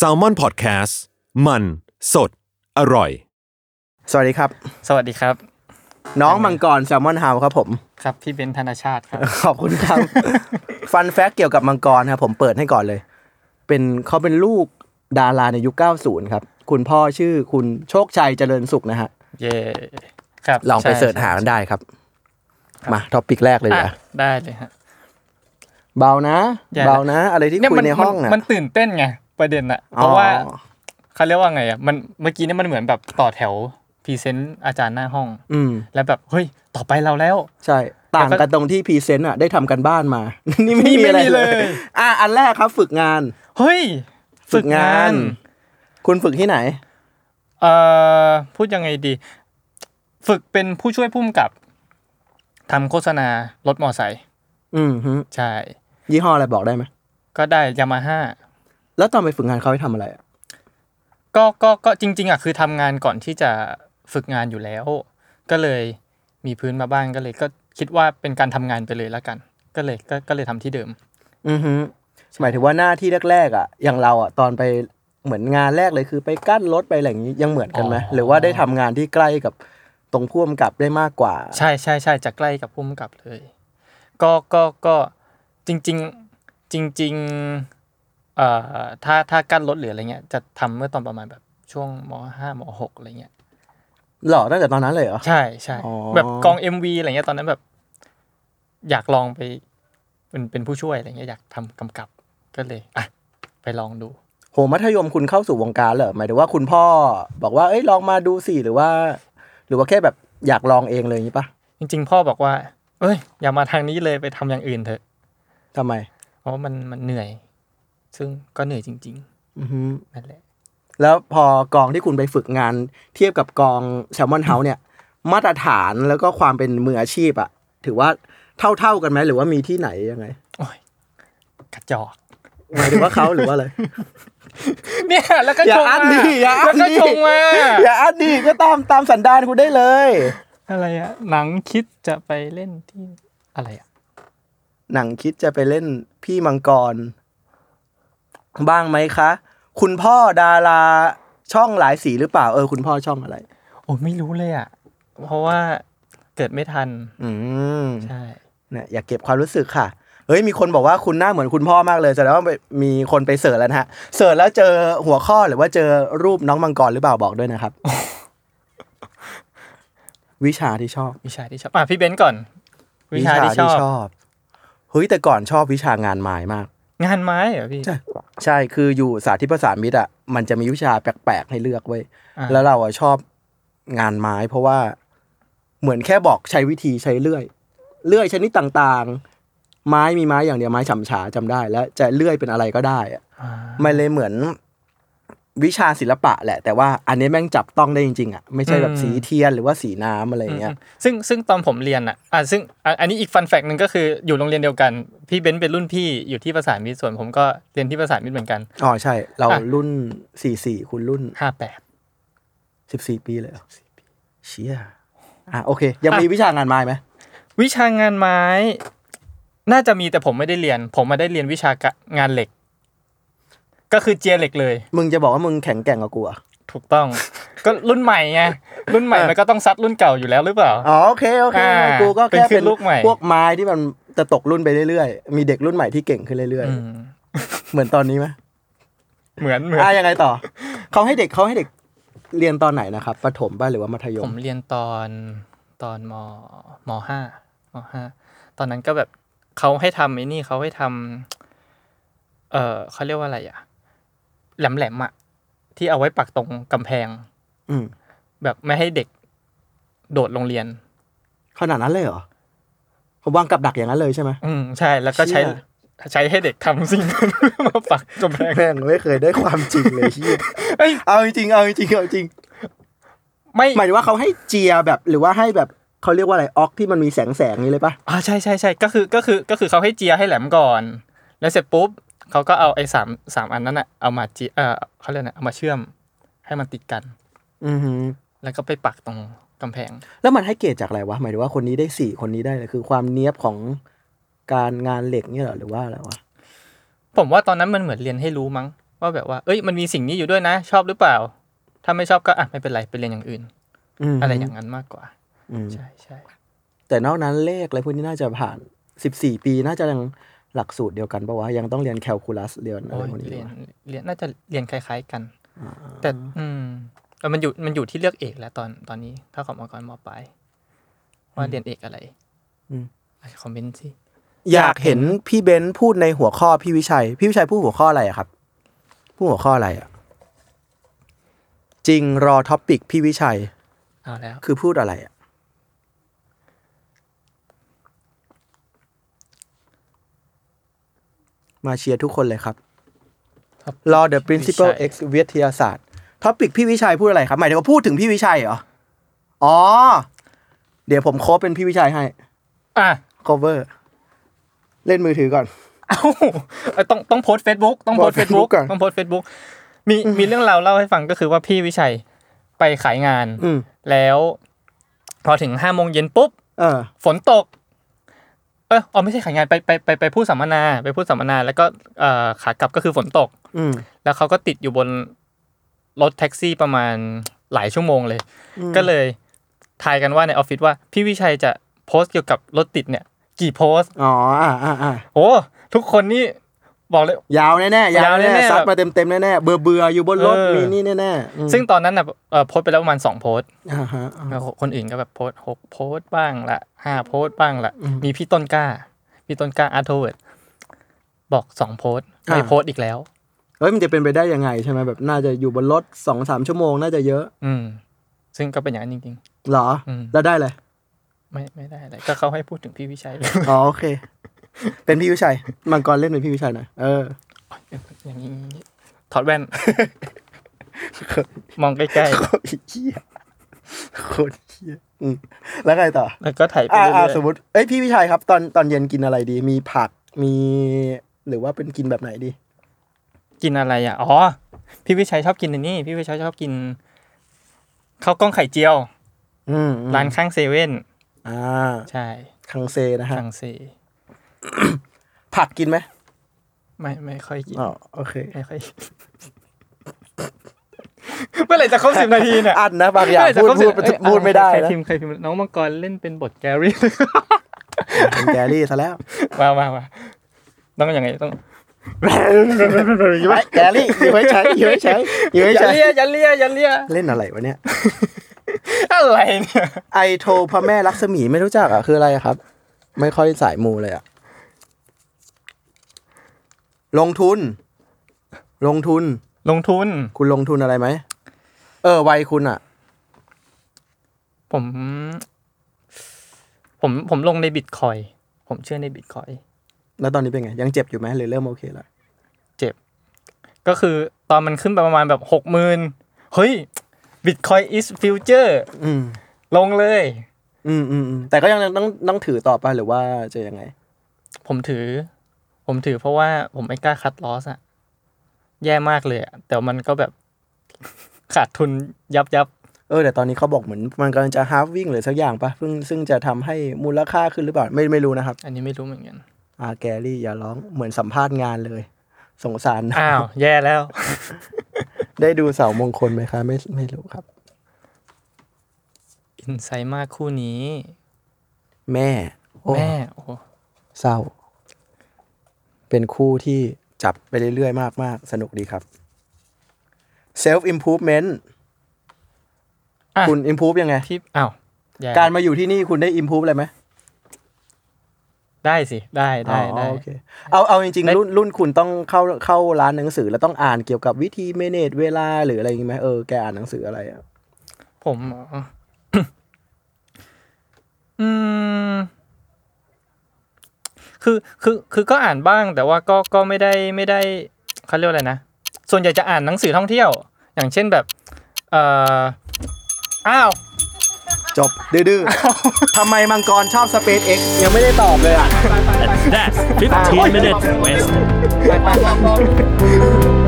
s a l ม o n PODCAST มันสดอร่อย สวัสดีครับ สวัสดีครับ น้องมังกรแซลมอนเฮาครับผม ครับ พี่เบนซ์ธนชาติครับ ขอบคุณครับ ฟันแฟกเกี่ยวกับมังกรครับผมเปิดให้ก่อนเลย เป็นเขาเป็นลูกดาราในยุค 90 ครับ คุณพ่อชื่อคุณโชคชัยเจริญสุขนะฮะ เย่ครับ ลองไป ใช่ เสิร์ชหากันได้ครับ มาท็อปิกแรกเลย อ่ะ นะ ได้เลยฮะ เบานะ แย่ละ เบานะ อะไรที่ เนี่ย คุ มั ยในห้องอ่ะ มันตื่นเต้นไงประเด็นอะเพราะว่า อ๋อ เขาเรียกว่าไงอะมันเมื่อกี้เนี่ยมันเหมือนแบบต่อแถวพรีเซนต์อาจารย์หน้าห้อง อืม แล้วแบบเฮ้ยต่อไปเราแล้ว ใช่ ต่างกันตรงที่พรีเซนต์อ่ะได้ทำกันบ้านมา นี่ไม่ นี่ มีอะไรไม่มี เล เลย ย อ่ะอันแรกครับฝึกงาน เฮ้ย ฝึกงาน คุณฝึกที่ไหน เอ่อพูดยังไงดี ฝึกเป็นผู้ช่วยผู้กำกับทำโฆษณารถมอไซค์ อืมฮึ ใช่ ยี่ห้ออะไรบอกได้ไหม ก็ได้ยามาฮ่า แล้วตอนไปฝึกงานเขาให้ทำอะไรอะ ก็ก็ก็จริง ๆอ่ะคือทำงานก่อนที่จะฝึกงานอยู่แล้ว ก็เลยมีพื้นมาบ้างก็เลย ก็คิดว่าเป็นการทำงานไปเลยละกัน ก็เลยก็ก็เลยทำที่เดิม อือฮึหมายถึงว่าหน้าที่แรกๆอ่ะ อย่างเราอ่ะตอนไปเหมือนงานแรกเลยคือไปกั้นรถไปอะไรอย่างนี้ยังเหมือนกันไหม อ๋อ หรือว่าได้ทำงานที่ใกล้กับตรงพ่วมกับได้มากกว่า ใช่ใช่ใช่จะใกล้กับพุ่มกับเลย ก็ก็ก็จริง ๆจริง ๆเอ่อถ้าถ้ากั้นรถหรืออะไรเงี้ยจะทำเมื่อตอนประมาณแบบช่วงมห้ามหกอะไรเงี้ย หล่อตั้งแต่ตอนนั้นเลยเหรอ ใช่ใช่ อ๋อ แบบกอง MV อะไรเงี้ยตอนนั้นแบบอยากลองไปเป็นเป็นผู้ช่วยอะไรเงี้ยอยากทำกำกับก็เลยอ่ะไปลองดู โหมัธยมคุณเข้าสู่วงการเหรอหมายถึงว่าคุณพ่อบอกว่าเอ้ยลองมาดูสิหรือว่า หรือว่าแค่แบบอยากลองเองเลยอย่างนี้ปะ จริงๆ พ่อบอกว่า เอ้ย อย่ามาทางนี้เลยไปทำอย่างอื่นเถอะ ทำไม เพราะมันมันเหนื่อย ซึ่งก็เหนื่อยจริง อือฮึ ๆ นั่นแหละ แล้วพอกองที่คุณไปฝึกงานเทียบกับกองแซลมอนเฮาส์เนี่ย มาตรฐานแล้วก็ความเป็นมืออาชีพอะถือว่าเท่าๆกันไหมหรือว่ามีที่ไหนยังไง โอ้ยกระจอก หมายถึงว่าเขาหรือว่าอะไร เนี่ย แล้วก็ อย่า ชง อัด มา ดิอย่าอัด แล้วก็ ดิ ชง มา อย่าอัดดีก็ตามตามสันดานคุณได้เลย อะไรอะหนังคิดจะไปเล่นที่อะไรอะ หนังคิดจะไปเล่นพี่มังกร บ้างไหมคะ คุณพ่อดาราช่องหลายสีหรือเปล่าเออคุณพ่อช่องอะไร โอ้ยไม่รู้เลยอะเพราะว่าเกิดไม่ทัน อืม ใช่ เนี่ยอยากเก็บความรู้สึกค่ะ เฮ้ยมีคนบอกว่าคุณหน้าเหมือนคุณพ่อมากเลยแสดงว่ามีคนไปเสิร์ชแล้วนะฮะเสิร์ชแล้วเจอหัวข้อหรือว่าเจอรูปน้องมังกรหรือเปล่าบอกด้วยนะครับ วิชาที่ชอบ วิชาที่ชอบ อ่ะ พี่เบนซ์ก่อน วิชาที่ชอบ อบเฮ้ยแต่ก่อนชอบวิชางานไม้มาก งานไม้เหรอพี่ ใช่ ใช่คืออยู่สาธิตประสานมิตรอ่ะมันจะมีวิชาแปลกๆให้เลือกเว้ย อ่า แล้วเราอ่ะชอบงานไม้ เพราะว่าเหมือนแค่บอกใช้วิธีใช้เลื่อย เลื่อยชนิดต่างๆ ไม้มีไม้อย่างเดียวไม้ฉ่ำฉาจำได้ แล้วจะเลื่อยเป็นอะไรก็ได้อะ อ่า มันเลยเหมือนวิชาศิลปะแหละ แต่ว่าอันนี้แม่งจับต้องได้จริงๆอ่ะไม่ใช่แบบสีเทียนหรือว่าสีน้ำอะไรอย่างเงี้ย อืมซึ่งซึ่งตอนผมเรียนอ่ะอ่ะซึ่งอ่ะอันนี้อีกฟันแฟกหนึ่งก็คืออยู่โรงเรียนเดียวกัน พี่เบนซ์เป็นรุ่นพี่อยู่ที่ภาษานมิตรส่วนผมก็เรียนที่ภาษานมิตรเหมือนกัน อ๋อใช่ เรา อ่ะ รุ่นสี่สี่คุณรุ่น ห้าแปด สิบสี่ปีเลยเหรอเชี่ยอ่ะโอเค ยังมีวิชางานไม้ไหม วิชางานไม้ น่าจะมีแต่ผมไม่ได้เรียน ผมมาได้เรียนวิชากะงานเหล็ก ก็คือเจียเหล็กเลย มึงจะบอกว่ามึงแข็งแกร่งกว่ากูเหรอ ถูกต้อง ก็รุ่นใหม่ไงรุ่นใหม่มันก็ต้องซัดรุ่นเก่าอยู่แล้วหรือเปล่า อ๋อโอเคโอเค อ่า กูก็แค่ เป็นขึ้ เป็น นลูกใหม่ พวกไม้ที่มันจะตกรุ่นไปเรื่อยๆ มีเด็กรุ่นใหม่ที่เก่งขึ้นเรื่อย อืม ๆ เหมือนตอนนี้ไหม เหมือนเหมือน อ่ะยังไงต่อ เขาให้เด็กเขาให้เด็กเรียนตอนไหนนะครับประถมป่ะหรือว่ามัธย ผม มเรียนตอนตอนมมห้ามห้าตอนนั้นก็แบบเขาให้ทำไอ้นี่เขาให้ทำเออเขาเรียกว่าอะไรอะแหลมแหลมๆอะที่เอาไว้ปักตรงกำแพง อืม แบบไม่ให้เด็กโดดโรงเรียน ขนาดนั้นเลยเหรอผมวางกับดักอย่างนั้นเลยใช่ไหม อืมใช่แล้วก็ใช้ เชี่ ใช้ให้เด็กทำสิ่งนั้น มาปักกำแพง แม่งไม่เคยได้ความจริงเลยเหีย เอ้ย เอาจริงๆเอาจริงๆเอาจริง ไม่ หมายถึงว่าเขาให้เจียแบบหรือว่าให้แบบเขาเรียกว่าอะไรออกที่มันมีแสงแสงๆนี้เลยปะ อ่าใช่ใช่ใช่ก็คือก็คือก็คือเขาให้เจียให้แหลมก่อน แล้วเสร็จปุ๊บเขาก็เอาไอ้สามสามอันนั้นอะเอามาจีเออเขาเรียกนะเอามาเชื่อมให้มันติดกัน อือฮึ แล้วก็ไปปักตรงกำแพง แล้วมันให้เกรดจากอะไรวะหมายถึงว่าคนนี้ได้สี่คนนี้ได้เลยคือความเนี้ยบของการงานเหล็กเนี่ยเหรอหรือว่าอะไรวะ ผมว่าตอนนั้นมันเหมือนเรียนให้รู้มั้ง ว่าแบบว่า เอ้ยมันมีสิ่งนี้อยู่ด้วยนะ ชอบหรือเปล่า ถ้าไม่ชอบก็อ่ะไม่เป็นไรไปเรียนอย่างอื่น ม อะไรอย่างนั้นมากกว่า อืม ใช่ใช่ แต่นอกนั้นเลขอะไรพวกนี้น่าจะผ่านสิบสี่ปีน่าจะยังหลักสูตรเดียวกันปะวะยังต้องเรียนแคลคูลัสเรียนอะ โอ้ ไร ย พวกนี้ เรียน ปะ เรียนน่าจะเรียนคล้ายๆกัน แต่อืมแต่มันอยู่มันอยู่ที่เลือกเอกแล้วตอนตอนนี้ ถ้าของมกรมปลายว่าเรียนเอกอะไรอ่ะคอมเมนต์สิ อยากเห็นพี่เบนซ์พูดในหัวข้อพี่วิชัย พี่วิชัยพูดหัวข้ออะไรอะครับพูดหัวข้ออะไรอะจริงรอท็อปิกพี่วิชัย เอาแล้ว คือพูดอะไรอะมาเชียร์ทุกคนเลยครับ Topic รอ the principal วิชัย x วิทยาศาสตร์ท็อปิกพี่วิชัยพูดอะไรครับ หมายถึงว่าพูดถึงพี่วิชัยเหรอ อ๋อ เดี๋ยวผมโคบเป็นพี่วิชัยให้ อ่ะ cover เล่นมือถือก่อน เอ้าเอ้ยต้องต้องโพสเฟซบุ๊กต้องโพโพสสต์ เฟซบุ๊ Facebook ก ก่อน ต้องโพสเฟซบุ๊กมีมีเรื่องราวเล่าให้ฟังก็คือว่าพี่วิชัยไปขายงาน อืม แล้ว พอถึงห้าโมงเย็นปุ๊บ เออ ฝนตก เอออ๋อไม่ใช่ขายงานไปไปไปไปพูดสัมมนาไปพูดสัมมนา แล้วก็เอ่อขากลับก็คือฝนตก อืม แล้วเขาก็ติดอยู่บนรถแท็กซี่ประมาณหลายชั่วโมงเลย ก็เลยทายกันว่าในออฟฟิศว่า พี่วิชัยจะโพสต์เกี่ยวกับรถติดเนี่ย กี่โพสต์ อ๋อ อ่าอ่าอ่า โอ้ทุกคนนี่บอกเลย ยาวแน่ๆ ยาวย าวแน่ แน่ๆๆซัดมาเต็มเต็มๆแน่ๆ เบื่อเบื่อๆอยู่บนรถ เออ มีนี่แน่ๆอืม ซึ่งตอนนั้นน่ะเอ่อโพสต์ไปแล้วประมาณสองโพสต์ อ่าฮะอ่า แล้วคนอื่นก็แบบโพสต์หกโพสต์บ้างละห้าโพสต์บ้างละมีพี่ต้นกล้า พี่ต้นกล้าอาร์ทเวิร์ดบอกสองโพสต์ไม่โพสต์อีกแล้ว เฮ้ย มันจะเป็นไปได้ยังไงใช่ไหมแบบน่าจะอยู่บนรถสองสามชั่วโมงน่าจะเยอะ อืม ซึ่งก็เป็นอย่างนั้นจริง เหรอ อืม แล้วได้เลย ๆ ไม่ไม่ได้อะไรก็เขาให้พูดถึงพี่วิชัยเลย อ๋อ โอเค เป็นพี่วิชัย มังกรเล่นเป็นพี่วิชัยหน่อย เออ อย่างนี้ถอดแว่น มองใกล้ โคตรเหี้ยโคตรเหี้ยอืมแล้วไงต่อ ๆแล้วก็ถ่ายไป อ่า เรื่ อ่า อย สมมติ เอ้ยพี่วิชัยครับ ตอนตอนเย็นกินอะไรดี มีผัก มี หรือว่าเป็นกินแบบไหนดี ๆกินอะไรอ่ะอ๋อพี่วิชัยชอบกินอันนี้ พี่วิชัยชอบกินข้าวกล้องไข่เจียว อืม ร้านข้างเซเว่น อ่า ใช่ คังเซนะฮะ ฝรั่งเศส ผักกินไหม ไม่ไม่ค่อยกิน อ๋อโอเค ไม่ค่อย กินเมื่อไหร่จะครบสิบนาทีเนี่ย อันนะบางอย่าง เมื่ไหร่จะ พูด ครบ พู สิ ด บ พูด เอ้ย พูดไม่ได้ ใคร นะ พิมพ์ใครพิมพ์น้องมังกรเล่นเป็นบทแกรี่ เป็นแกรี่ซะแล้ว มามามาต้องยังไงต้อง แกรี่อยู่ให้ใช้อยู่ให้ใช้อยู่ให้ อย่า ใช้ เลียอย่าเลียอย่าเลีย เล่นอะไรวะเนี่ย อะไรเนี่ย ไอโทรพระแม่ลักษมีไม่รู้จักอ่ะ คืออะไรอะครับ ไม่ค่อยสายมูเลยอ่ะ ลงทุน ลงทุน ลงทุน คุณลงทุนอะไรไหม เออ วัยคุณอ่ะ ผม ผมผมลงในบิตคอยผมเชื่อในบิตคอย แล้วตอนนี้เป็นไง ยังเจ็บอยู่ไหมหรือเริ่มโอเคแล้ว ก็คือตอนมันขึ้นไปประมาณแบบหกหมื่นเฮ้ยบิตคอย is future อืม ลงเลย อืมอืมอืมแต่ก็ยังต้องต้องถือต่อไปหรือว่าจะยังไง ผมถือ ผมถือเพราะว่าผมไม่กล้าคัดลอสอะแย่มากเลยอะแต่มันก็แบบ ขาดทุนยับยับ เออแต่ตอนนี้เขาบอกเหมือนมันกำลังจะฮาร์ฟวิ่งหรือสักอย่างปะซึ่งซึ่งจะทำให้มูลค่าขึ้นหรือเปล่า ไม่ไม่รู้นะครับ อันนี้ไม่รู้เหมื อนกัน อ่าแกรี่อย่าร้องเหมือนสัมภาษณ์งานเลย สงสารนะ อ้าว แย่แล้ว ได้ดูเสามงคลไหมคะไม่ไม่รู้ครับ อินไซต์มากคู่นี้ แม่โอ้ แม่โอ้ เศร้า เป็นคู่ที่จับไปเรื่อยๆ มากๆ สนุกดีครับ self improvement อ่ะ คุณ improve ยังไง ที่อ้าวแย่ การมาอยู่ที่นี่คุณได้ improve อะไรไหม ได้สิ ได้ได้ อ๋อ ได้ โอเคเอาเอาจริง ได้ ๆ รุ่นรุ่นคุณต้องเข้าเข้าร้านหนังสือ แล้วต้องอ่านเกี่ยวกับวิธี manage เวลาหรืออะไรอย่างงี้ไหมเออแกอ่านหนังสืออะไรอ่ะ ผมเหรอ อืม คือ คือ คือก็อ่านบ้าง แต่ว่าก็ ก็ไม่ได้ ไม่ได้เขาเรียกว่าอะไรนะ ส่วนใหญ่จะอ่านหนังสือท่องเที่ยว อย่างเช่นแบบ เอ่อ อ้าว จบดื้อๆทำไมมังกรชอบ SpaceX ยังไม่ได้ตอบเลยอ่ะ That's 15 minutes west. ไปไป